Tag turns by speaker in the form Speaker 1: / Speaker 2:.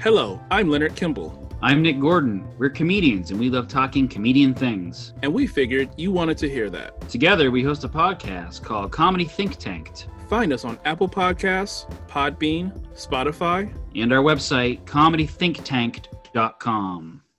Speaker 1: Hello, I'm Leonard Kimball,
Speaker 2: I'm Nick Gordon. We're comedians and we love talking comedian things.
Speaker 1: and we figured you wanted to hear that.
Speaker 2: Together, we host a podcast called Comedy Think Tanked
Speaker 1: Find us on Apple Podcasts, Podbean, Spotify,
Speaker 2: and our website, comedythinktanked.com.